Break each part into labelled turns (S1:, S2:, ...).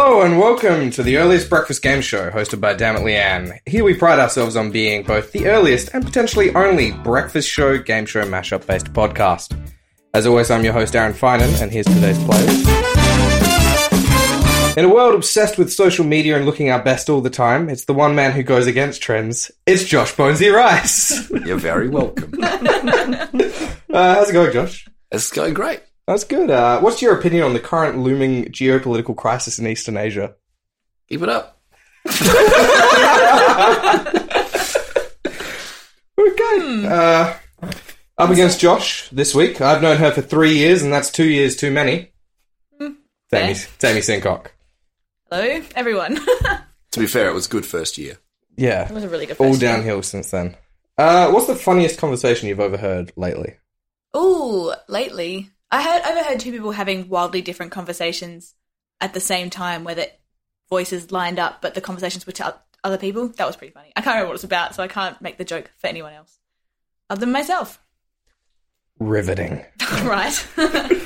S1: welcome to the earliest breakfast game show hosted by Dammit Leanne. Here we pride ourselves on being both the earliest and potentially only breakfast show game show mashup based podcast. As always, I'm your host Aaron Finan, and here's today's players. In a world obsessed with social media and looking our best all the time, it's the one man who goes against trends. It's Josh Bonesy Rice.
S2: You're very welcome.
S1: Uh, how's it going, Josh?
S2: it's going great.
S1: That's good. Uh, what's your opinion on the current looming geopolitical crisis in Eastern Asia?
S2: Keep it up.
S3: Hmm.
S1: Okay. Uh, up against Josh this week. I've known her for three years, and that's two years too many.
S3: Hmm.
S1: Tammy, Tammy Sincock.
S3: Hello, everyone. that
S2: To be fair, it was good first year.
S1: Yeah.
S3: was a really good
S1: All
S3: question.
S1: downhill since then. Uh, what's the funniest conversation you've overheard lately?
S3: Ooh, lately I heard overheard two people having wildly different conversations at the same time, where the voices lined up, but the conversations were to o- other people. That was pretty funny. I can't remember what it was about, so I can't make the joke for anyone else other than myself.
S1: Riveting.
S3: right?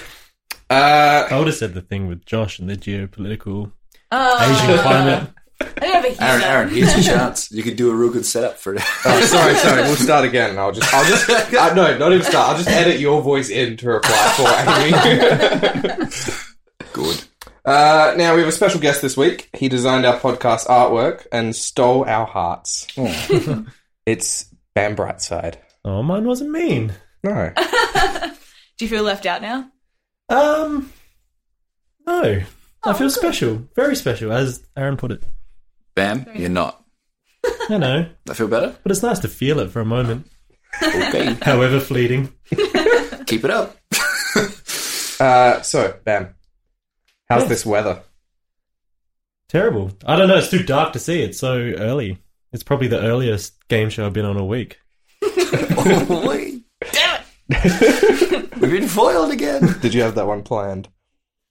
S1: Uh,
S4: I would have said the thing with Josh and the geopolitical
S3: oh,
S4: Asian climate.
S3: I didn't have a
S2: Aaron,
S3: humour.
S2: Aaron, here's your chance. You could do a real good setup for it.
S1: oh, sorry, sorry. We'll start again. I'll just, I'll just, uh, no, not even start. I'll just edit your voice in to reply for Amy.
S2: good.
S1: Uh, now we have a special guest this week. He designed our podcast artwork and stole our hearts. Oh. it's Bam Brightside.
S4: Oh, mine wasn't mean.
S1: No,
S3: Do you feel left out now?
S4: Um, no, I feel special, very special, as Aaron put it.
S2: Bam, you're not.
S4: I know,
S2: I feel better.
S4: but it's nice to feel it for a moment,
S2: Okay,
S4: however fleeting.
S2: keep it up.
S1: uh, so Bam, how's this weather?
S4: Terrible. I don't know. It's too dark to see. It's so early. It's probably the earliest game show I've been on all week.
S2: Holy
S3: Damn it!
S2: We've been foiled again.
S1: Did you have that one planned?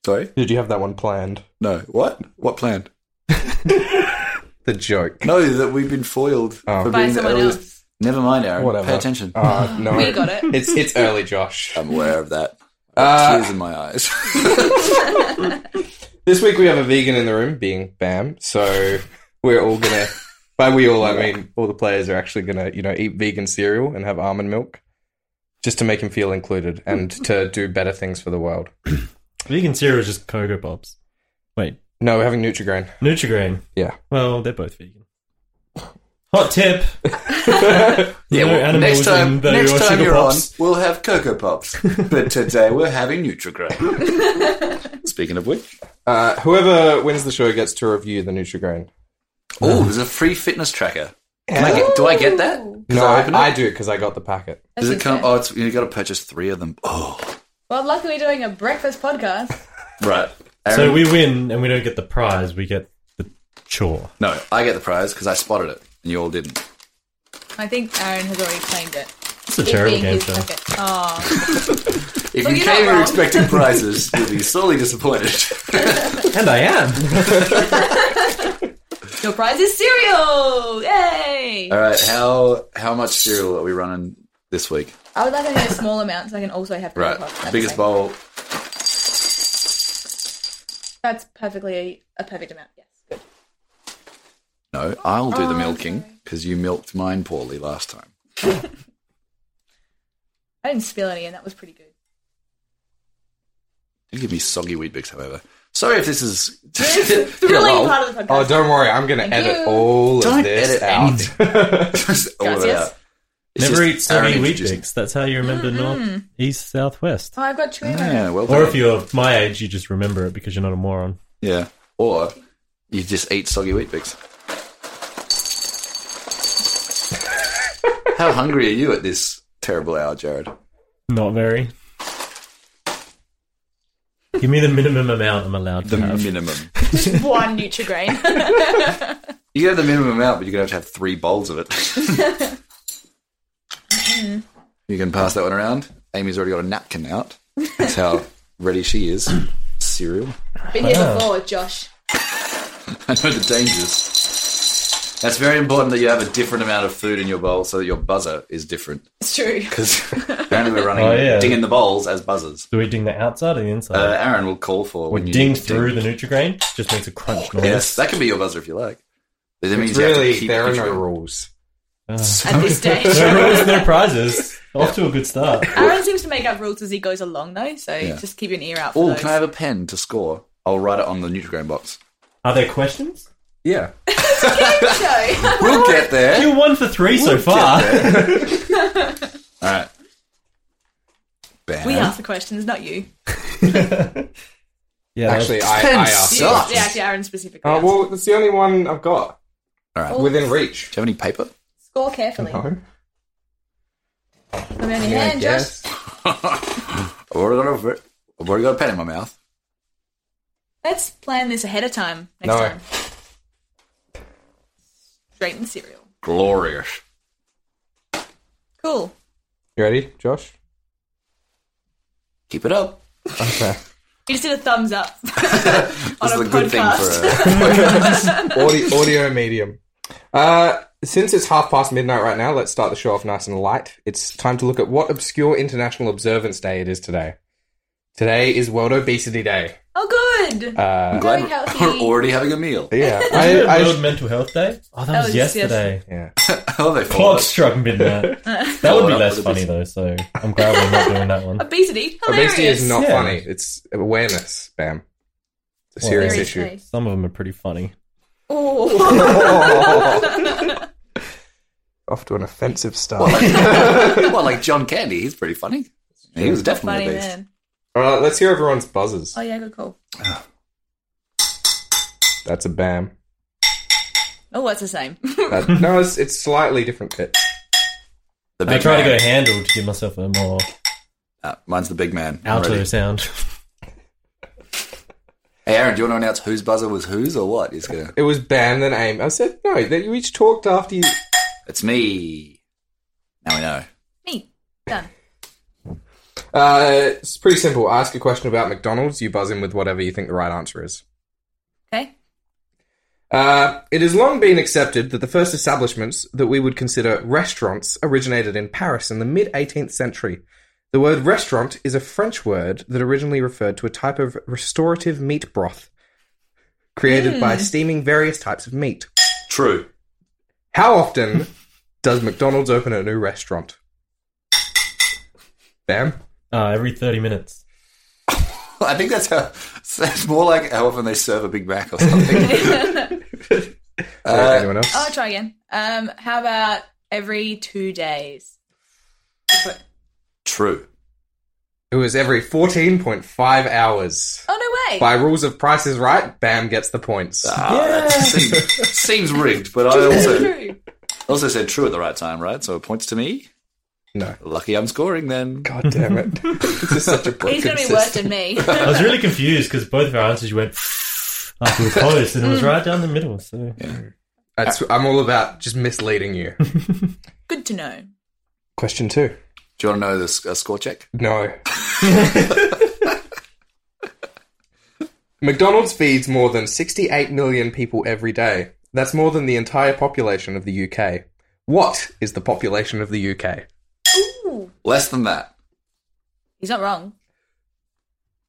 S2: Sorry.
S1: Did you have that one planned?
S2: No. What? What plan?
S1: The joke.
S2: No, that we've been foiled
S1: Oh.
S2: for
S3: By
S2: being the
S3: someone
S2: earliest.
S3: else.
S2: Never mind, Aaron.
S1: Whatever.
S2: Pay attention.
S1: Uh, no,
S3: We got it.
S1: it's it's early, Josh.
S2: I'm aware of that.
S1: Uh,
S2: Tears in my eyes.
S1: This week we have a vegan in the room, being Bam. So we're all gonna. By we all, I mean all the players are actually gonna, you know, eat vegan cereal and have almond milk, just to make him feel included and to do better things for the world.
S4: Vegan cereal is just Cocoa Pops. Wait,
S1: No, we're having Nutrigrain.
S4: Nutrigrain.
S1: Yeah.
S4: Well, they're both vegan. Hot tip.
S2: yeah,
S4: No
S2: well,
S4: animals
S2: next time,
S4: in the
S2: next time
S4: Sugar
S2: you're
S4: Pops.
S2: on, we'll have Cocoa Pops. but today we're having Nutrigrain. Speaking of which,
S1: Uh, whoever wins the show gets to review the Nutrigrain.
S2: Oh, there's a free fitness tracker. Can I get, do I get that? Can
S1: No, I,
S2: open it?
S1: I do because I got the packet.
S2: Does it
S3: That's
S2: come?
S3: okay.
S2: Oh, it's, you got to purchase three of them. Oh,
S3: Well, luckily, we're doing a breakfast podcast.
S2: right.
S4: So
S2: Aaron-
S4: we win and we don't get the prize, we get the chore.
S2: no, I get the prize because I spotted it and you all didn't.
S3: I think Aaron has already claimed it.
S4: It's a terrible game show.
S3: Okay. Oh.
S2: If
S3: Well,
S2: you
S3: you're not
S2: came here
S3: wrong.
S2: expecting prizes, you'll be sorely disappointed.
S4: And I am.
S3: Your prize is cereal! Yay!
S2: all right, how how much cereal are we running this week?
S3: I would like to get a small amount so I can also have
S2: Right,
S3: Cocoa Pops at the
S2: biggest
S3: same-
S2: bowl.
S3: That's perfectly a perfect amount. Yes. Good.
S2: No, I'll do
S3: Oh,
S2: the milking because you milked mine poorly last time.
S3: I didn't spill any, and that was pretty good.
S2: You give me soggy wheat bix, however. Sorry if this is
S3: Thrilling
S2: Hello.
S3: part of the
S1: Oh,
S3: podcast.
S1: don't worry, I'm gonna
S3: Thank
S1: edit
S3: you.
S1: all
S2: Don't
S1: of this
S2: edit
S1: out.
S2: Just all of it
S3: Gracias.
S2: out. It's
S4: Never
S2: just
S4: eat soggy
S2: Aaron
S4: wheat
S2: introducing-
S4: bix. That's how you remember north, east, south, west.
S3: Oh, I've got two in my
S2: Yeah, well
S4: Or
S2: done.
S4: if you're my age, you just remember it because you're not a moron.
S2: Yeah. Or you just eat soggy wheat bix. How hungry are you at this terrible hour, Jared?
S4: Not very. Give me the minimum amount I'm allowed
S2: The
S4: to have.
S2: minimum.
S3: Just one Nutrigrain.
S2: You can have the minimum amount, but you're going to have to have three bowls of it. you can pass that one around. Amy's already got a napkin out. That's how ready she is. Cereal.
S3: Been here
S4: Wow.
S3: before, Josh.
S2: I know the dangers. That's very important that you have a different amount of food in your bowl so that your buzzer is different.
S3: It's true.
S2: Because apparently we're running
S4: Oh, yeah.
S2: ding in the bowls as buzzers.
S4: Do we ding the outside or the inside?
S2: Uh, Aaron will call for
S4: we
S2: when you Oh,
S4: ding through the Nutrigrain. Just makes a crunch noise.
S2: Yes, that can be your buzzer if you like. But that means
S1: It's
S2: you have to
S1: really,
S2: keep
S1: there are no
S2: control.
S1: rules.
S4: Ah.
S3: At this
S4: no
S3: stage.
S4: rules, no prizes. Off to a good start.
S3: Aaron seems to make up rules as he goes along, though, so
S2: Yeah.
S3: just keep an ear out for
S2: Oh,
S3: those.
S2: can I have a pen to score? I'll write it on the Nutrigrain box.
S4: Are there questions?
S1: Yeah.
S3: Show.
S2: We'll get there.
S4: You're one for 3 so far.
S2: All right. Bam.
S3: we ask the questions, not you.
S4: Yeah, that was-
S1: Actually, I,
S2: Pen
S1: I asked.
S3: you
S2: Sucks.
S3: yeah, actually, Aaron specifically.
S1: Uh,
S3: asked.
S1: well, it's the only one I've got
S2: All right. Do
S1: within reach.
S2: you have any paper?
S3: Score carefully.
S1: No.
S3: Come on, your
S1: Yeah, I
S3: hand, Josh.
S1: guess.
S2: I've already got a, ver- I've already got a pen in my mouth.
S3: Let's plan this ahead of time next
S1: No.
S3: time. Straight and cereal.
S2: Glorious.
S3: Cool.
S1: You ready, Josh?
S2: Keep it up.
S1: Okay.
S3: You just did a thumbs up on
S2: This
S3: a
S2: is a
S3: podcast.
S2: good thing for uh, a
S1: audio, audio medium. Uh, since it's half past midnight right now, let's start the show off nice and light. It's time to look at what obscure international observance day it is today. Today is World Obesity Day.
S3: oh, good.
S1: Uh,
S2: I'm glad
S3: Very healthy.
S2: we're already having a meal.
S1: yeah, I,
S4: Isn't it
S1: I-
S4: World Mental Health Day? Oh, that, was,
S3: was just
S4: yesterday.
S1: yeah.
S2: Oh, they follow
S4: Clock
S2: us.
S4: struck midnight. that would be less funny though, so I'm glad we're not doing that one.
S3: Obesity. Hilarious.
S1: Obesity is not
S4: Yeah.
S1: funny. It's awareness, bam. It's a
S4: Well,
S1: serious
S4: Very
S1: issue.
S3: Seriously.
S4: Some of them are pretty funny.
S3: Oh.
S1: Off to an offensive start.
S2: Well, like, well, like John Candy, he's pretty funny. He was definitely
S3: funny
S2: a beast.
S3: then.
S1: All right, let's hear everyone's buzzers.
S3: Oh, yeah, good call.
S1: That's a bam.
S3: Oh, that's the same.
S1: That, no, it's, it's slightly different pitch.
S2: The
S4: I
S2: big
S4: try to
S2: man.
S4: go handle to give myself a more
S2: Uh, mine's the big man. I'm
S4: alto
S2: ready.
S4: sound.
S2: Hey, Aaron, do you want to announce whose buzzer was whose or what? It's gonna.
S1: It was bam then aim. I said no. That you each talked after you.
S2: It's me. Now we know.
S3: Me. Done.
S1: Uh, it's pretty simple. Ask a question about McDonald's. You buzz in with whatever you think the right answer is.
S3: Okay.
S1: Uh, it has long been accepted that the first establishments that we would consider restaurants originated in Paris in the mid 18th century. The word restaurant is a French word that originally referred to a type of restorative meat broth created by steaming various types of meat.
S2: True.
S1: How often does McDonald's open a new restaurant? Bam.
S4: Uh, every thirty minutes.
S2: I think that's how. It's more like how often they serve a Big Mac or something. uh,
S1: Anyone else?
S3: I'll try again. Um, how about every two days?
S2: true.
S1: It was every 14.5 hours.
S3: Oh no way!
S1: By rules of Price is Right, Bam gets the points.
S2: Ah, that seems, seems rigged, but I also
S3: True.
S2: also said true at the right time, right? So it points to me.
S1: No.
S2: Lucky I'm scoring then.
S1: God damn it. this is such a poor
S3: He's gonna be worse
S1: consistent-
S3: than me.
S4: I was really confused because both of our answers went after we closed, and it was right down the middle. So
S1: That's, I'm all about just misleading you.
S3: Good to know.
S1: Question two.
S2: Do you want to know the sc- uh, score check?
S1: No. McDonald's feeds more than 68 million people every day. That's more than the entire population of the UK. What is the population of the UK?
S3: Ooh.
S2: Less than that.
S3: He's not wrong.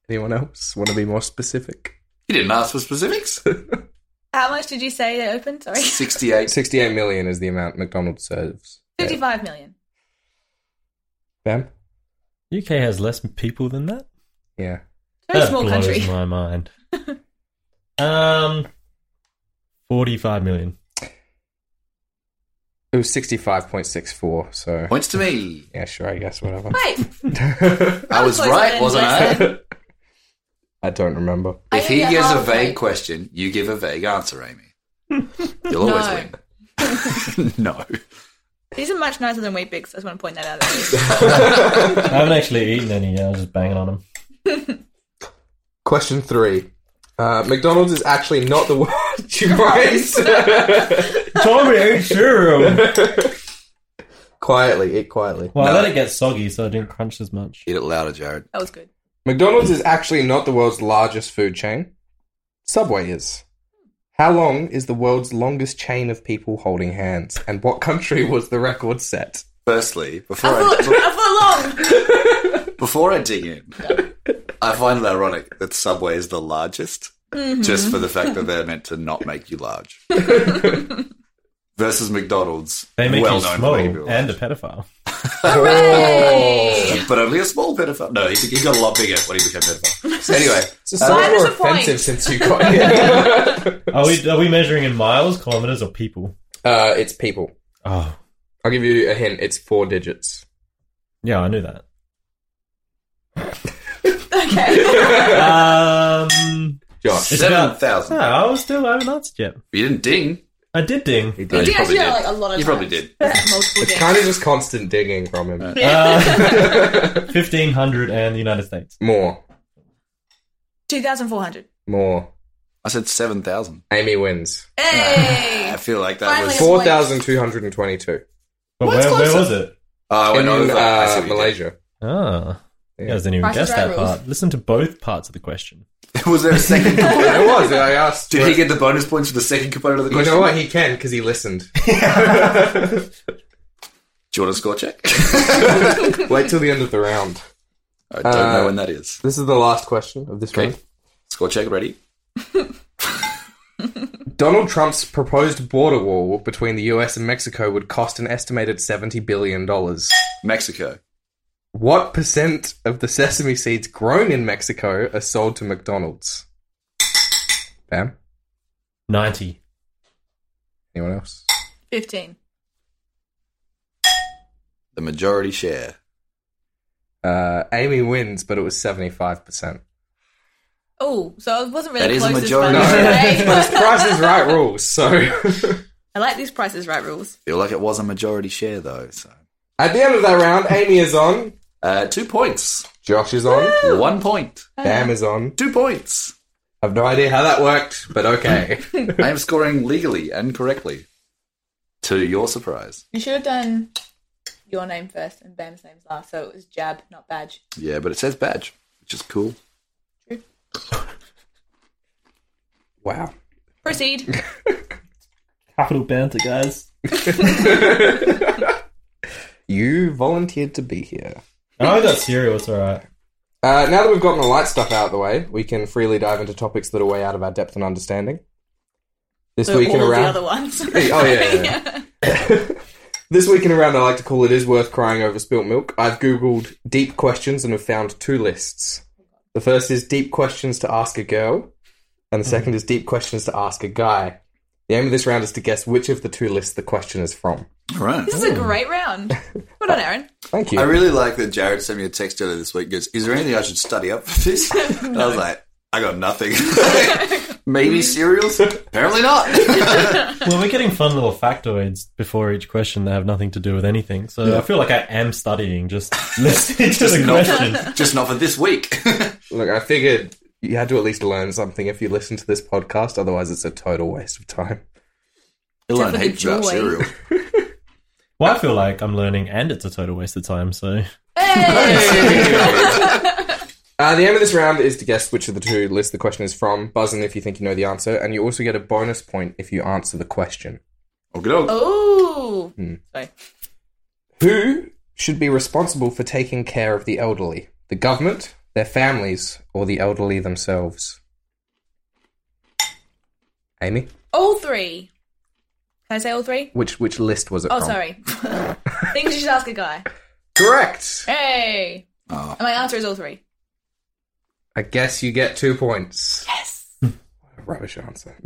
S1: Anyone else want to be more specific?
S2: You didn't ask for specifics.
S3: How much did you say they opened? Sorry,
S2: Sixty-eight.
S1: 68 million is the amount McDonald's serves.
S3: fifty-five million.
S1: Bam?
S4: UK has less people than that.
S1: Yeah.
S3: Very
S4: that
S3: small
S4: blows
S3: country.
S4: my mind. um, forty-five million.
S1: It was 65.64, so.
S2: Points to me.
S1: Yeah, sure, I guess, whatever.
S3: Wait,
S2: I was
S3: closer
S2: right,
S3: than
S2: wasn't I?
S3: Jason.
S1: I don't remember.
S3: I
S2: If
S3: only
S2: he
S3: got
S2: gives a
S3: halfway.
S2: vague question, you give a vague answer, Amy. You'll always
S3: No.
S2: win. no.
S3: These are much nicer than wheat bix. I just want to point that out. At you.
S4: I haven't actually eaten any. yet, I was just banging on them.
S1: Question three. Uh, McDonald's is actually not the word you might.
S4: Tommy ate cereal.
S1: quietly, eat quietly.
S4: Well, I
S2: No.
S4: let it get soggy, so I didn't crunch as much.
S2: Eat it louder, Jared.
S3: That was good.
S1: McDonald's is actually not the world's largest food chain. Subway is. How long is the world's longest chain of people holding hands? And what country was the record set?
S2: Firstly,
S3: I
S2: before
S3: thought,
S2: I,
S3: I thought long.
S2: before I dig in, I find it ironic that Subway is the largest, just for the fact that they're meant to not make you large. Versus McDonald's,
S4: They make
S2: well
S4: you
S2: known for
S4: small
S2: making people
S4: and a
S2: large.
S4: pedophile.
S3: Hooray!
S2: but only a small pedophile. No, he, he got a lot bigger when he became pedophile. So anyway,
S1: It's a lot
S3: Minus
S1: more
S3: a point.
S1: offensive since you got here.
S4: Are we are we measuring in miles, kilometers, or people?
S1: uh, it's people.
S4: Oh,
S1: I'll give you a hint. It's four digits.
S4: yeah, I knew that.
S3: Okay.
S4: Um,
S1: Josh.
S4: It's
S2: seven
S4: about- no,
S2: thousand.
S4: I was still I haven't answered yet.
S2: You didn't ding.
S4: I did ding.
S2: No,
S3: you
S2: you
S3: did actually
S2: probably
S3: know,
S2: did.
S3: like a lot of
S2: You probably
S3: times.
S2: did.
S3: Multiple
S1: It's
S3: games.
S1: kind of just constant dinging from him.
S4: Uh, Fifteen hundred and the United States.
S1: More.
S3: 2,400.
S1: More.
S2: I said seven thousand.
S1: Amy wins.
S3: Hey!
S2: I feel like that
S3: Finally.
S2: was.
S3: Four-
S1: 4,222.
S4: But
S3: What's
S4: where, where
S3: closer?
S4: was it?
S2: Oh, I
S1: In
S2: went over. I see
S1: uh,
S2: what you did.
S1: Malaysia.
S4: Ah, you guys didn't even
S3: Price
S4: guess
S3: is Right
S4: that
S3: rules.
S4: part. Listen to both parts of the question.
S2: Was there a second? component?
S1: It was. Oh, I asked.
S2: Did he get the bonus points for the second component of the
S1: You
S2: question?
S1: know what? He can because he listened.
S2: Do you want a score check?
S1: Wait till the end of the round.
S2: I don't
S1: Uh,
S2: know when that is.
S1: This is the last question of this round.
S2: Score check ready?
S1: Donald Trump's proposed border wall between the US and Mexico would cost an estimated $70 billion.
S2: Mexico.
S1: What percent of the sesame seeds grown in Mexico are sold to McDonald's? Bam.
S4: Ninety.
S1: Anyone else?
S3: 15.
S2: The majority share.
S1: Uh, Amy wins, but it was 75%.
S3: Oh, so it wasn't really
S2: That is a
S3: close
S2: majority.
S3: as far as- right?
S1: Price is right rules, so.
S3: I like these Price is Right rules.
S2: Feel like it was a majority share though. So
S1: At the end of that round, Amy is on,
S2: uh, two points,
S1: Josh is on,
S2: one point,
S1: Bam is on.
S2: two points.
S1: I've no idea how that worked, but okay.
S2: I am scoring legally and correctly. To your surprise.
S3: You should have done your name first and Bam's name's last, so it was Jab, not Badge.
S2: Yeah, but it says badge, which is cool.
S1: wow.
S3: Proceed.
S4: Capital banter, guys.
S1: You volunteered to be here.
S4: Oh, I got cereal. It's all right.
S1: Uh, now that we've gotten the light stuff out of the way, we can freely dive into topics that are way out of our depth and understanding. This
S3: So
S1: week in
S3: all
S1: a
S3: of
S1: round.
S3: the other ones.
S1: oh, yeah, yeah, yeah. This week in a round, I like to call it is worth crying over spilt milk. I've googled deep questions and have found two lists. The first is deep questions to ask a girl, and the second is deep questions to ask a guy. The aim of this round is to guess which of the two lists the question is from.
S2: All right.
S3: This is a great round. Well done, Aaron.
S1: Thank you.
S2: I really like that Jared sent me a text earlier this week. and Goes, is there anything I should study up for this? And I was like, I got nothing. Maybe cereals? Apparently not.
S4: Well, we're getting fun little factoids before each question that have nothing to do with anything. So I feel like I am studying just listening to the
S2: not-
S4: question.
S2: Just not for this week.
S1: Look, I figured you had to at least learn something if you listen to this podcast, otherwise, it's a total waste of time.
S2: You'll learn
S3: for the
S2: heaps about
S3: joy.
S2: cereal.
S4: Well, I feel like I'm learning, and it's a total waste of time. So
S3: Hey!
S1: Uh, the aim of this round is to guess which of the two lists the question is from. Buzz in if you think you know the answer, and you also get a bonus point if you answer the question.
S2: Okay, oh.
S3: Oh,
S1: Hmm.
S3: sorry.
S1: Who should be responsible for taking care of the elderly? The government, their families, or the elderly themselves? Amy,
S3: All three. Can I say all three?
S1: which which list was it
S3: Oh,
S1: from?
S3: sorry. Things you should ask a guy.
S1: Correct.
S3: Hey!
S2: Oh.
S3: And my answer is all three.
S1: I guess you get two points.
S3: Yes.
S1: Rubbish answer.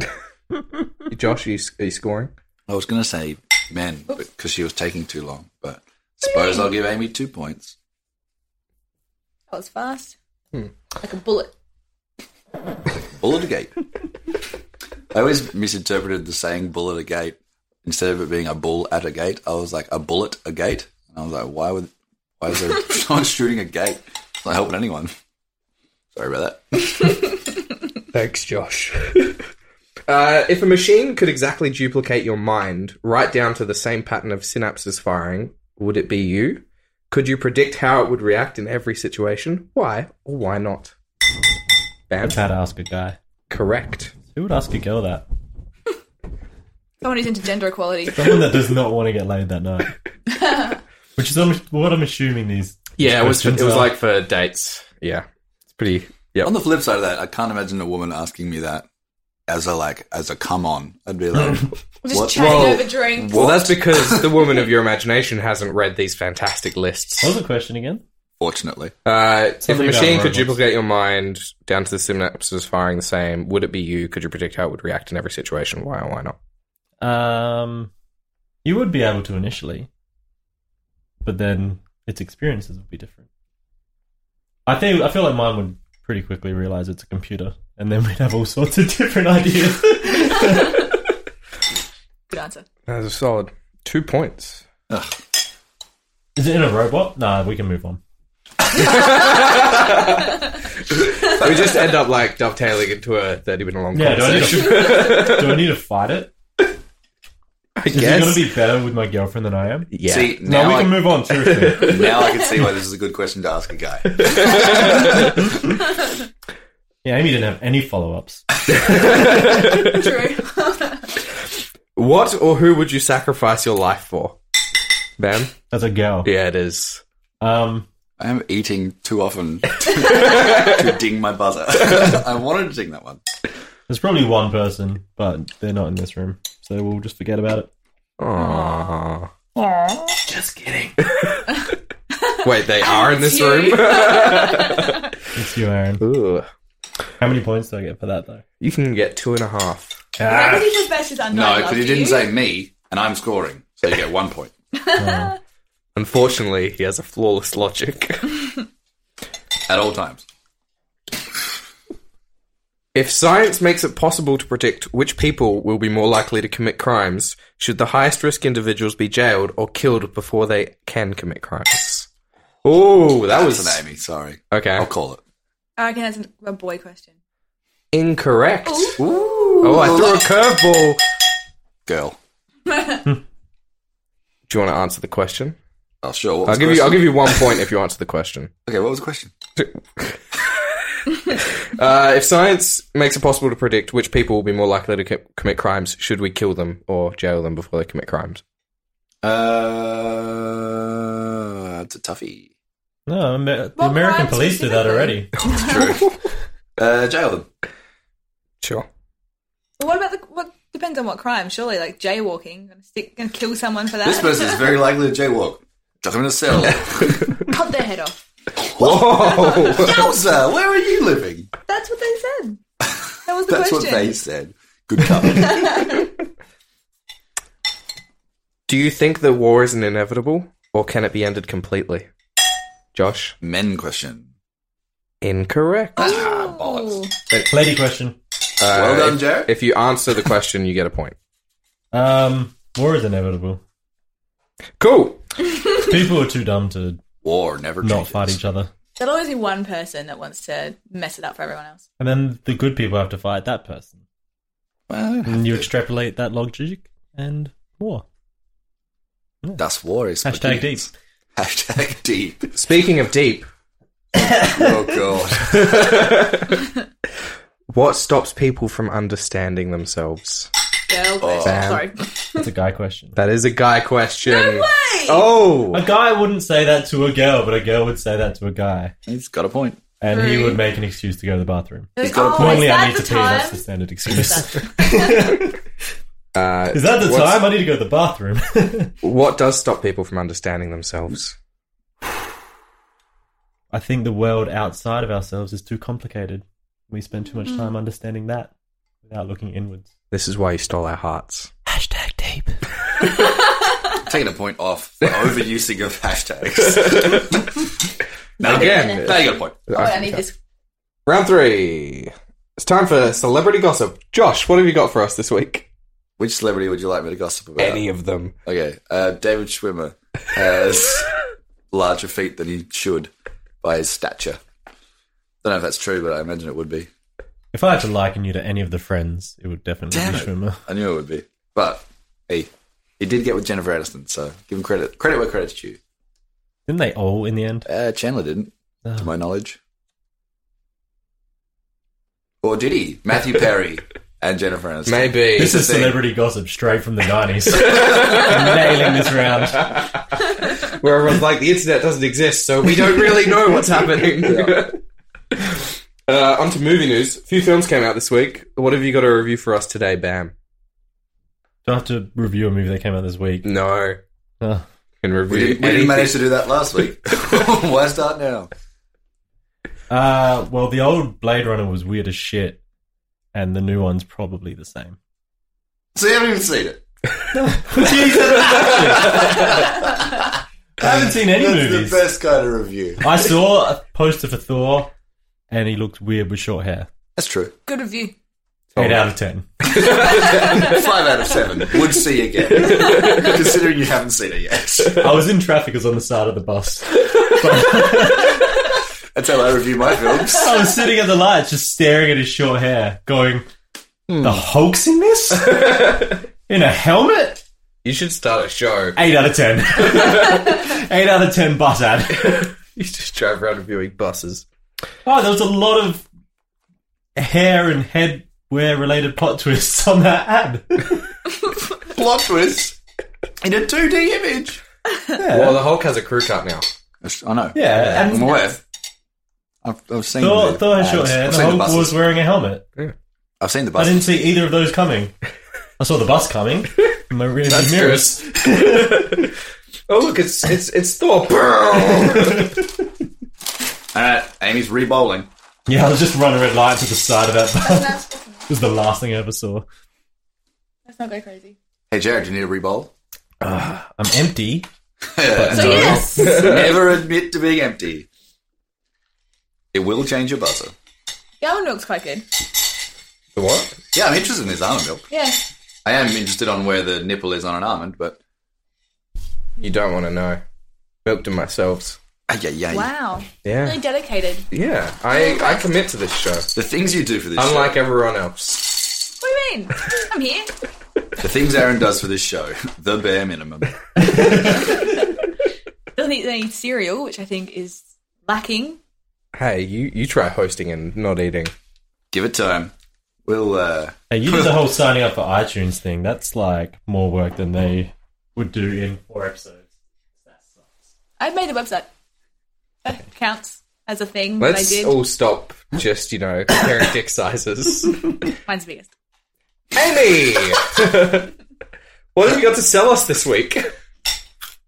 S1: Josh, are you, s- are you scoring?
S2: I was going to say, man, because she was taking too long. But suppose I'll give Amy two points.
S3: That was fast.
S1: Hmm.
S3: Like a bullet.
S2: Bullet a gate. I always misinterpreted the saying bullet a gate. Instead of it being a bull at a gate, I was like a bullet a gate. And I was like, why would why is there someone shooting a gate? It's not helping anyone. Sorry about that.
S1: Thanks, Josh. uh, if a machine could exactly duplicate your mind, right down to the same pattern of synapses firing, would it be you? Could you predict how it would react in every situation? Why or why not? Bam.
S4: how to ask a guy?
S1: Correct.
S4: Who would ask a girl that?
S3: Someone who's into gender equality.
S4: Someone that does not want to get laid that night. Which is almo- what I'm assuming these.
S1: Yeah, it was. It
S4: Questions uh,
S1: was
S4: are-
S1: like for dates. Yeah, it's pretty.
S2: On the flip side of that, I can't imagine a woman asking me that as a like as a come on. I'd be like,
S3: We're just
S2: What?
S3: chatting
S1: Whoa.
S3: over drinks.
S1: Well, that's because the woman of your imagination hasn't read these fantastic lists.
S4: What was the question again?
S2: fortunately,
S1: Uh, if a
S4: Something about
S1: machine could
S4: robots.
S1: duplicate your mind down to the synapses firing the same, would it be you? Could you predict how it would react in every situation? Why or why not?
S4: Um, you would be able to initially, but then its experiences would be different. I think I feel like mine would pretty quickly realize it's a computer, and then we'd have all sorts of different ideas.
S3: Good answer.
S1: That's a solid two points.
S4: Is it in a robot? Nah, we can move on.
S1: we just end up like dovetailing into a thirty-minute long
S4: Yeah, do I need
S1: conversation.
S4: to, do I need to fight it?
S1: I
S4: Is it going
S1: guess.
S4: to be better with my girlfriend than I am?
S1: yeah.
S2: see
S4: No,
S2: now
S4: we
S2: I,
S4: can move on. Seriously,
S2: now I can see why this is a good question to ask a guy.
S4: yeah. Amy didn't have any follow-ups.
S3: True.
S1: What or who would you sacrifice your life for? Ben?
S4: That's a girl.
S1: Yeah, it is.
S4: Um,
S2: I am eating too often to ding my buzzer. I wanted to ding that one.
S4: there's probably one person, but they're not in this room, so we'll just forget about it.
S1: Aww. Just kidding. Wait, they are in this
S3: you.
S1: room?
S4: It's you, Aaron.
S1: Ooh.
S4: How many points do I get for that though?
S1: You can get two and a half.
S3: Remember he just bashed his
S2: No,
S3: undying love
S2: because he
S3: to
S2: didn't
S3: you?
S2: say me, and I'm scoring, so you get one point.
S1: Unfortunately, he has a flawless logic.
S2: at all times.
S1: If science makes it possible to predict which people will be more likely to commit crimes, should the highest risk individuals be jailed or killed before they can commit crimes? Ooh, that was
S2: That's an Amy. Sorry,
S1: okay.
S2: I'll call it.
S3: I reckon that's an- a boy question.
S1: Incorrect. Oh, I threw a curveball.
S2: Girl.
S1: Do you want to answer the question?
S2: Oh, sure. What
S1: I'll
S2: was the
S1: give you. I'll
S2: question?
S1: give you one point if you answer the question.
S2: Okay, what was the question?
S1: Uh, if science makes it possible to predict which people will be more likely to co- commit crimes, should we kill them or jail them before they commit crimes?
S2: Uh, that's a toughie.
S4: No, Amer- the
S3: What
S4: American
S3: crime
S4: police did that already.
S2: Uh, jail them.
S1: Sure.
S3: Well, what about the what depends on what crime? Surely, like jaywalking, gonna stick, gonna kill someone for that.
S2: This person is very likely to jaywalk. Chuck him in a cell.
S3: cut their head off.
S1: Whoa!
S2: Yowza, where are you living?
S3: That's what they said. That was the
S2: That's what
S3: question.
S2: they said. Good cover.
S1: Do you think that war isn't inevitable, or can it be ended completely? Josh,
S2: Men question.
S1: incorrect. Uh,
S2: Ah, bollocks.
S4: Lady question.
S2: Well done,
S1: if,
S2: Jared.
S1: If you answer the question, you get a point.
S4: Um, war is inevitable.
S1: Cool.
S4: People are too dumb to
S2: War never
S4: not
S2: changes.
S4: fight each other,
S3: There'll always be one person that wants to mess it up for everyone else.
S4: and then the good people have to fight that person.
S2: Well,
S4: And you extrapolate that logic and war.
S2: that's war. Is
S4: Hashtag deep.
S2: beginnings. Hashtag deep.
S1: Speaking of deep,
S2: Oh god.
S1: what stops people from understanding themselves?
S3: Girl,
S2: Oh,
S3: question.
S1: Damn.
S3: sorry.
S4: That's a guy question.
S1: That is a guy question.
S3: No way!
S4: A
S1: Oh,
S4: guy wouldn't say that to a girl, but a girl would say that to a guy,
S2: He's got a point.
S4: and he
S3: True.
S4: would make an excuse to go to the bathroom.
S3: Like,
S2: got a
S3: oh,
S2: point.
S3: is
S4: Normally, I
S3: that
S4: need
S3: the
S4: to pee. That's
S3: time?
S4: the standard excuse.
S1: uh,
S4: Is that the
S1: what's-
S4: time? I need to go to the bathroom.
S1: What does stop people from understanding themselves?
S4: I think the world outside of ourselves is too complicated. We spend too much
S2: Mm.
S4: time understanding that without looking inwards.
S1: This is why you stole our hearts.
S4: Hashtag deep.
S2: Taking a point off for overusing of hashtags. now
S1: Again.
S2: now you got a point.
S3: Oh, wait, I need this.
S1: Round three. It's time for celebrity gossip. Josh, what have you got for us this week?
S2: Which celebrity would you like me to gossip about?
S1: Any of them.
S2: Okay, uh, David Schwimmer has larger feet than he should by his stature. Don't know if that's true, but I imagine it would be.
S4: If I had to liken you to any of the friends, it would definitely
S2: Damn
S4: be
S2: it.
S4: Schwimmer.
S2: I knew it would be. But hey, he did get with Jennifer Aniston, so give him credit. Credit where credit's due.
S4: Didn't they all in the end?
S2: Uh, Chandler didn't, to
S4: Oh.
S2: my knowledge. Or did he? Matthew Perry and Jennifer Aniston.
S1: Maybe.
S4: This is
S2: the thing.
S4: celebrity gossip straight from the 90s. Nailing this round.
S1: where everyone's like, the internet doesn't exist, so we don't really know what's happening. uh, on to movie news. A few films came out this week. What have you got a review for us today, Bam?
S4: Do I have to review a movie that came out this week?
S2: Mm.
S1: No.
S4: Oh.
S1: Can
S2: We
S1: review
S2: didn't, we didn't
S1: anything.
S2: manage to do that last week. Why start now?
S4: Uh, well, the old Blade Runner was weird as shit, and the new one's probably the same.
S2: So you haven't even seen it.
S4: I haven't seen any
S2: That's
S4: movies.
S2: the best kind of review.
S4: I saw a poster for Thor, and he looked weird with short hair.
S2: That's true.
S3: Good review.
S4: Eight out of ten.
S2: Five out of seven. Would see again. Considering you haven't seen it yet.
S4: I was in traffic. I was on the side of the bus.
S2: That's how I review my films.
S4: I was sitting at the lights, just staring at his short hair, going, "The hoax in this? in a helmet?
S1: You should start a show.
S4: Eight out of ten. Eight out of ten bus ad."
S1: You just drive around reviewing buses.
S4: Oh, there was a lot of hair and head wear related plot twists on that ad.
S2: Plot twist in a 2D image.
S1: Well, the Hulk has a crew cut now.
S2: I know.
S4: Yeah, and
S2: I'm aware. I've, I've seen
S4: Thor,
S2: the
S4: Thor had
S2: ads.
S4: short hair.
S2: I've
S4: and The
S2: seen the
S4: Hulk
S2: buses.
S4: was wearing a helmet.
S2: I've seen the
S4: I
S2: buses.
S4: didn't see either of those coming. I saw the bus coming. in My rear view mirrors.
S1: Oh look, it's it's it's Thor.
S2: All right, Uh, Amy's re-bowling.
S4: Yeah, I was just running red light to the side of that bus. it was the last thing I ever saw.
S3: Let's not go crazy.
S2: Hey, Jared, do you need a re-bowl?
S4: I'm empty.
S3: So yes,
S2: Never admit to being empty. It will change your buzzer.
S3: the almond milk's quite good.
S1: the what?
S2: Yeah, I'm interested in this almond milk.
S3: Yeah,
S2: I am interested on where the nipple is on an almond, but
S1: You don't want to know. Milked in myself.
S2: Ah, yeah, yeah.
S3: wow,
S1: Yeah,
S3: really dedicated.
S1: yeah. I I commit to this show.
S2: The things you do for this
S1: Unlike everyone else.
S3: What do you mean? I'm here.
S2: show, the things Aaron does for this show, the bare minimum.
S3: Doesn't eat any cereal, which I think is lacking.
S1: Hey, you you try hosting and not eating.
S2: Give it time. We'll. uh
S4: Hey, you did the whole signing up for iTunes thing. That's like more work than they would do in four episodes.
S3: I made the website. That counts as a thing that I
S1: Let's
S3: did.
S1: all stop. Just you know, comparing dick sizes.
S3: Mine's the biggest.
S1: Amy, what have you got to sell us this week?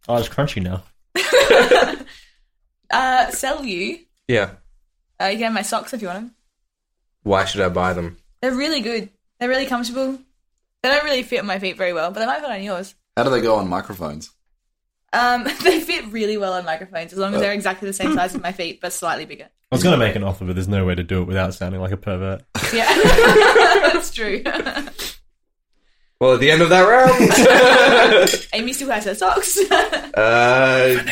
S4: Oh, it's crunchy now.
S3: Uh, sell you.
S1: Yeah.
S3: Uh, you can have my socks if you want them.
S1: Why should I buy them?
S3: They're really good. They're really comfortable. They don't really fit on my feet very well, but they might fit on yours.
S2: How do they go on microphones?
S3: Um, they fit really well on microphones as long as
S1: Oh.
S3: they're exactly the same size as my feet, but slightly bigger.
S4: I was going to make an offer, but there's no way to do it without sounding like a pervert.
S3: Yeah, that's true.
S1: Well, at the end of that round,
S3: Amy still has her socks.
S1: uh,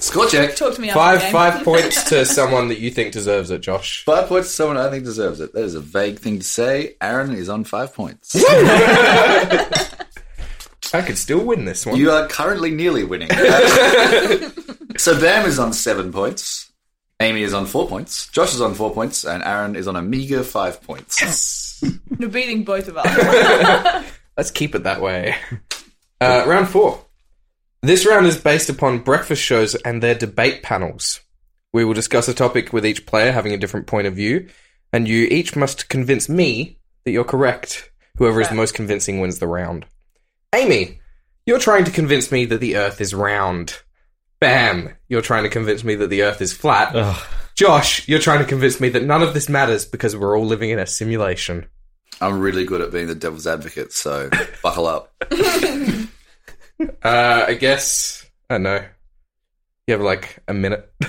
S2: Score check.
S3: Talk to me after
S1: five
S3: the game.
S1: five points to someone that you think deserves it, Josh.
S2: Five points to someone I think deserves it. That is a vague thing to say. Aaron is on five points.
S1: I could still win this one.
S2: You are currently nearly winning. so Bam is on seven points. Amy is on four points. Josh is on four points, and Aaron is on a meager five points.
S3: You're beating both of us.
S1: Let's keep it that way. Uh, round four. This round is based upon breakfast shows and their debate panels. We will discuss a topic with each player having a different point of view, and you each must convince me that you're correct. Whoever is the most convincing wins the round. Amy, you're trying to convince me that the Earth is round. Bam, you're trying to convince me that the Earth is flat.
S4: Ugh.
S1: Josh, you're trying to convince me that none of this matters because we're all living in a simulation.
S2: I'm really good at being the devil's advocate, so buckle up.
S1: Uh, I guess I don't know. You have like a minute.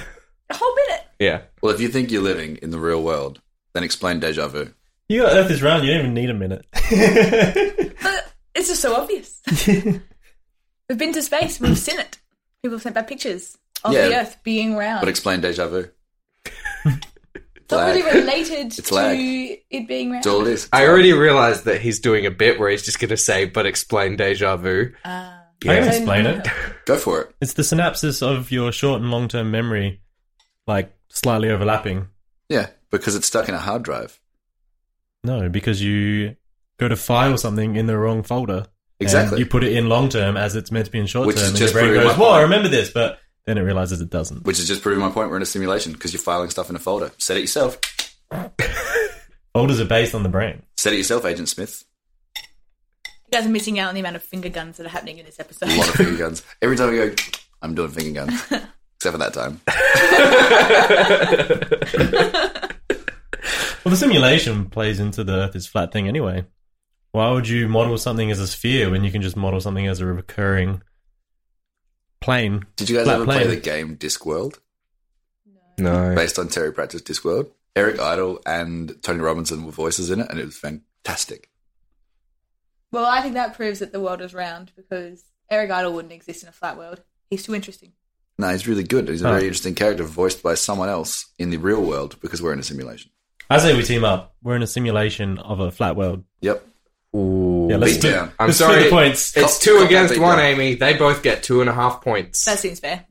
S3: A whole minute.
S1: yeah.
S2: Well, if you think you're living in the real world, then explain deja vu.
S4: You got Earth is round. You don't even need a minute.
S3: But it's just so obvious. We've been to space. We've seen it. People have sent back pictures of the
S2: Yeah.
S3: Earth being round.
S2: But explain deja vu.
S3: it's not
S2: lag.
S3: really related
S2: It's
S3: to
S2: lag.
S3: it being round.
S2: That's all it is.
S1: I already realized that he's doing a bit where he's just going to say, but explain deja vu.
S3: Ah.
S4: I can
S1: Yeah.
S4: explain it.
S2: Go for it.
S4: It's the synapses of your short and long term memory, like slightly overlapping.
S2: Yeah, because it's stuck in a hard drive.
S4: No, because you go to file something in the wrong folder. and
S2: Exactly.
S4: you put it in long term as it's meant to be in short
S2: Which
S4: term.
S2: is
S4: And your
S2: just
S4: brain
S2: proving
S4: goes,
S2: my
S4: "Well, I
S2: point."
S4: remember this," but then it realizes it doesn't.
S2: Which is just proving my point. We're in a simulation because you're filing stuff in a folder. Set it yourself.
S4: Folders are based on the brain.
S2: Set it yourself, Agent Smith.
S3: You guys are missing out on the amount of finger guns that are happening in this episode.
S2: A lot of finger guns. Every time I go, I'm doing finger guns. Except for that time.
S4: Well, the simulation plays into the Earth is flat thing anyway. Why would you model something as a sphere when you can just model something as a recurring plane?
S2: Did you guys
S4: Flat
S2: ever
S4: plane.
S2: play the game Discworld?
S1: No.
S2: Based on Terry Pratchett's Discworld. Eric Idle and Tony Robinson were voices in it, and it was fantastic.
S3: well, I think that proves that the world is round because Eric Idle wouldn't exist in a flat world. He's too interesting.
S2: No, he's really good. He's a
S4: Oh.
S2: very interesting character voiced by someone else in the real world because we're in a simulation.
S4: I say we team up. We're in a simulation of a flat world.
S2: Yep.
S1: Ooh.
S4: Yeah, let's
S2: Beat
S4: do.
S2: down.
S4: I'm
S1: I'm
S4: let's
S1: sorry.
S4: Do the points.
S1: It's
S2: Cop-
S1: two
S2: cop that
S1: against
S2: beat
S1: one,
S2: down.
S1: Amy. They both get two and a half points.
S3: That seems fair.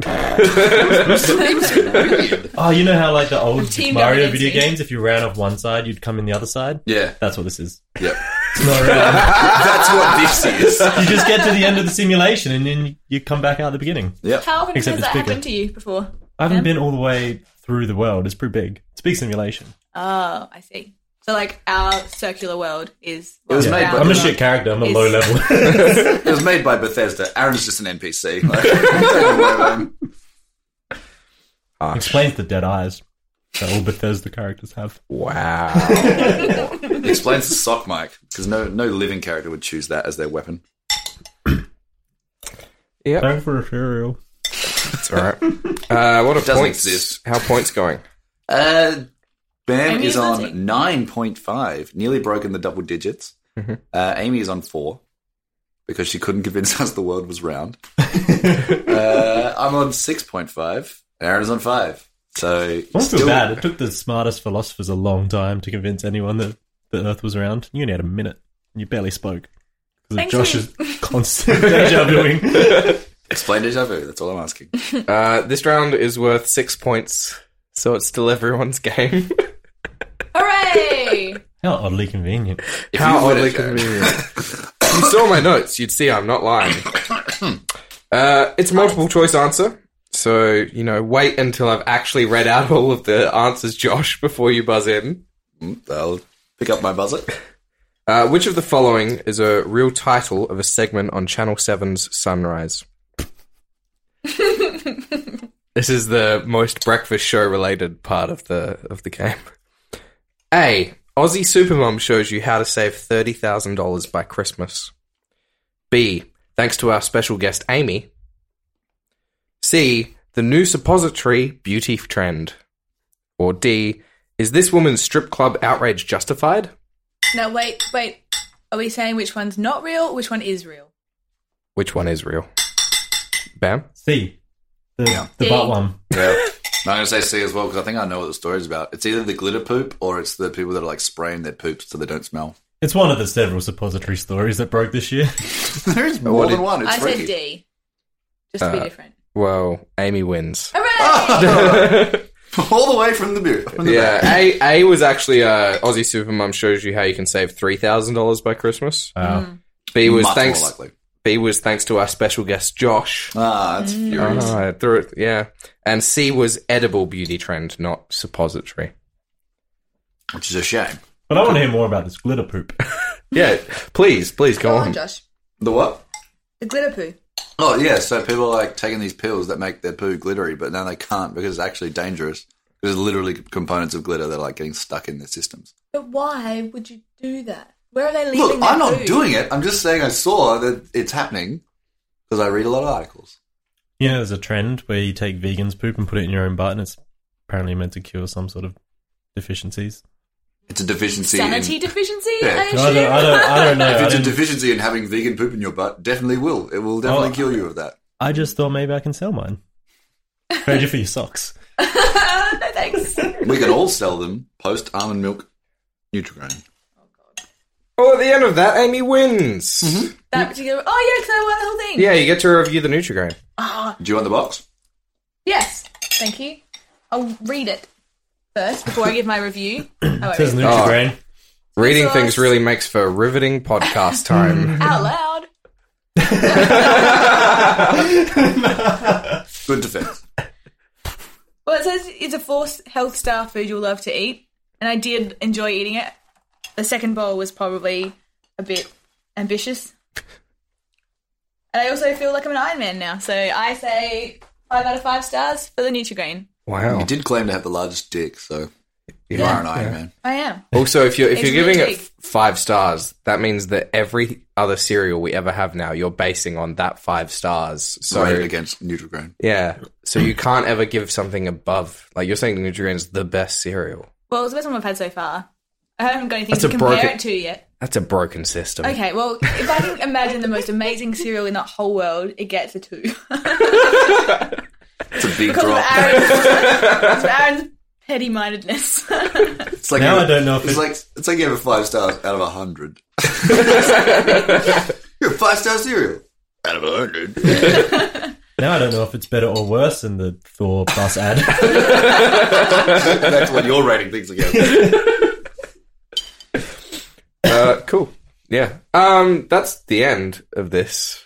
S4: Oh, you know how like the old
S3: Team
S4: Mario
S3: dominating.
S4: video games, if you ran off one side, you'd come in the other side.
S2: Yeah.
S4: That's what this is.
S2: Yep.
S4: It's not around.
S2: That's what this is.
S4: you just get to the end of the simulation and then you come back out at the beginning.
S2: Yep.
S3: How often
S4: Except
S3: has
S4: it's
S3: that
S4: bigger.
S3: happened to you before?
S4: I haven't
S3: Yeah.
S4: been all the way through the world. It's pretty big. It's a big simulation.
S3: Oh, I see. So, like, our circular world is.
S2: It was
S3: round
S2: made by-
S3: world.
S4: I'm a shit character. I'm a
S3: It's-
S4: low level.
S2: It was made by Bethesda. Aaron's just an NPC. Like, don't um, even worry about him.
S1: Ah,
S4: Explains the dead eyes that all Bethesda characters have.
S1: Wow.
S2: It explains the sock mic because no, no living character would choose that as their weapon.
S1: yep.
S4: Time for a cereal.
S1: That's all right. Uh, what are
S2: doesn't
S1: points?
S2: exist.
S1: How are points going?
S2: Uh, Bam
S3: Amy
S2: is
S3: and
S2: on
S3: Lindsay.
S2: 9.5, nearly broken the double digits. Uh, Amy is on 4 because she couldn't convince us the world was round. uh, I'm on 6.5. Aaron's on 5. So,
S4: I don't feel
S2: still-
S4: bad. It took the smartest philosophers a long time to convince anyone that the Earth was round. You only had a minute. You barely spoke because of
S3: Thanks,
S4: Josh's constant deja vuing.
S2: explain deja vu. That's all I'm asking.
S1: Uh, this round is worth six points, so it's still everyone's game.
S3: Hooray!
S4: How oddly convenient.
S2: If
S1: How
S2: you win
S1: oddly
S2: it, Aaron-
S1: convenient. you saw my notes. You'd see I'm not lying. Uh, it's a multiple choice answer. So, you know, wait until I've actually read out all of the answers, Josh, before you buzz in.
S2: I'll pick up my buzzer.
S1: Uh, which of the following is a real title of a segment on Channel 7's Sunrise? this is the most breakfast show related part of the of the game. A. Aussie Supermom shows you how to save $30,000 by Christmas. B. Thanks to our special guest Amy. C. The new suppository beauty trend. Or D. Is this woman's strip club outrage justified?
S3: Now, wait, wait. Are we saying which one's not real? Which one is real?
S1: Which one is real? Bam.
S4: C, the the
S3: D.
S4: butt one.
S2: Yeah. And I'm going to say C as well because I think I know what the story's about. It's either the glitter poop or it's the people that are like spraying their poops so they don't smell.
S4: It's one of the several suppository stories that broke this year.
S2: There is more
S1: did-
S2: than one. It's Uh,
S3: I
S2: freaky.
S3: said D. Just to be different.
S1: Well, Amy wins.
S3: Hooray!
S2: All the way from the beer. From the
S1: Yeah,
S2: back.
S1: A A was actually uh, Aussie Supermum shows you how you can save three thousand dollars by Christmas.
S4: Wow.
S1: B was
S2: Much
S1: thanks.
S2: more likely.
S1: B was thanks to our special guest Josh.
S2: Ah, that's
S3: Mm.
S2: furious.
S1: Ah, I threw it. Yeah, and C was edible beauty trend, not suppository.
S2: Which is a shame.
S4: But I want to hear more about this glitter poop.
S1: Yeah, please, please go
S3: Go
S1: on.
S3: on, Josh.
S2: The what?
S3: The glitter poo.
S2: Oh, yeah. So people are like taking these pills that make their poo glittery, but now they can't because it's actually dangerous. There's literally components of glitter that are like getting stuck in their systems.
S3: But why would you do that? Where are they leaving
S2: Look,
S3: their
S2: I'm not
S3: poo?
S2: doing it. I'm just saying I saw that it's happening because I read a lot of articles.
S4: You know, there's a trend where you take vegans' poop and put it in your own butt, and it's apparently meant to cure some sort of deficiencies.
S2: It's a deficiency.
S3: Sanity
S2: in,
S3: deficiency,
S2: Yeah.
S3: I
S4: I don't,
S3: assume?
S4: I don't, I don't know.
S2: if
S4: I,
S2: it's a
S4: didn't-
S2: deficiency in having vegan poop in your butt, definitely will. It will definitely
S4: Oh.
S2: kill you of that.
S4: I just thought maybe I can sell mine. Trade you for your socks.
S3: no thanks.
S2: We can all sell them post almond milk Nutrigrain.
S1: Oh, at the end of that, Amy wins.
S3: That particular. Oh, yeah, because I won the whole thing.
S1: Yeah, you get to review the Nutrigrain.
S3: Ah,
S2: Do you want the box?
S3: yes. Thank you. I'll read it first before I give my review. Oh, wait,
S4: Says
S3: wait.
S4: Nutrigrain.
S1: Reading
S3: Source.
S1: things really makes for riveting podcast time.
S3: Out loud.
S2: Good defense.
S3: Well, it says it's a four health star food you'll love to eat, and I did enjoy eating it. The second bowl was probably a bit ambitious, and I also feel like I'm an Iron Man now. So I say five out of five stars for the Nutrigrain.
S1: wow.
S2: You did claim to have the largest dick, so you
S1: Yeah.
S2: are an Iron Man.
S3: I am.
S1: Also, if you're if
S3: It's
S1: you're giving
S3: really
S1: it
S3: big.
S1: f- five stars, that means that every other cereal we ever have now, you're basing on that five stars. So
S2: Rated against Nutrigrain.
S1: yeah, so you can't ever give something above. Like you're saying, Nutrigrain is the best cereal.
S3: Well, it's the best one we've had so far. I haven't got anything
S1: That's
S3: to
S1: a
S3: compare
S1: broken-
S3: it to yet.
S1: That's a broken system.
S3: Okay, well, if I can imagine the most amazing cereal in the whole world, it gets a two.
S2: It's a big
S3: because of
S2: drop.
S3: Aaron's, because of Aaron's petty mindedness.
S2: It's like
S4: Now
S2: you-
S4: I don't know if
S2: it's,
S4: it-
S2: like it's like you have a five stars out of a hundred. You're a five star cereal out of a hundred.
S4: Now I don't know if it's better or worse than the Thor plus ad.
S2: That's what you're rating things against.
S1: Uh, cool. Yeah. Um, that's the end of this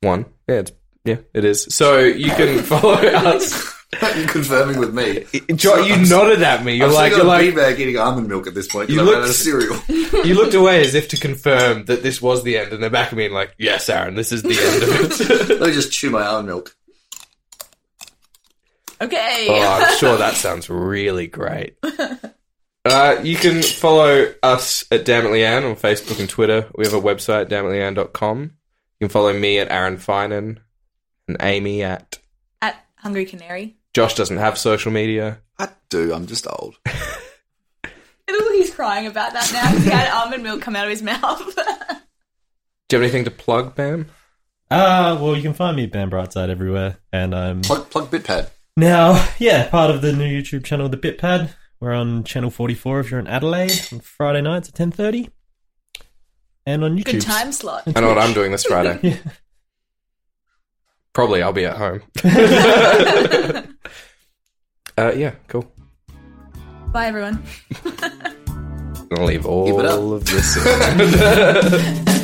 S1: one. Yeah, it's yeah, it is. So you can follow us.
S2: You're confirming with me.
S1: John, you nodded at me. You're
S2: I'm
S1: like
S2: still
S1: you're
S2: got a
S1: like
S2: beanbag eating almond milk at this point.
S1: You
S2: You
S1: look-
S2: look out of cereal.
S1: you looked away as if to confirm that this was the end, and they're back at me and like, yes, Aaron, this is the end of it.
S2: Let me just chew my almond milk.
S3: okay.
S1: Oh, I'm sure that sounds really great. Uh, you can follow us at Damn It Leanne on Facebook and Twitter. We have a website, dammitleanne.com. You can follow me at Aaron Finan and Amy at
S3: At Hungry Canary.
S1: Josh doesn't have social media.
S2: I do. I'm just old.
S3: It looks like he's crying about that now 'cause he had almond milk come out of his mouth.
S1: Do you have anything to plug, Bam?
S4: Ah, well, you can find me at Bam Brightside everywhere, and I'm
S2: Plug, plug BitPad.
S4: now, yeah, part of the new YouTube channel, The Bit Pad. We're on channel 44 if you're in Adelaide on Friday nights at 10:30, and on YouTube.
S3: Good time slot.
S1: I know what I'm doing this Friday. Probably I'll be at home. uh, yeah, cool.
S3: Bye, everyone.
S1: I'll leave all
S2: it up.
S1: of this. in.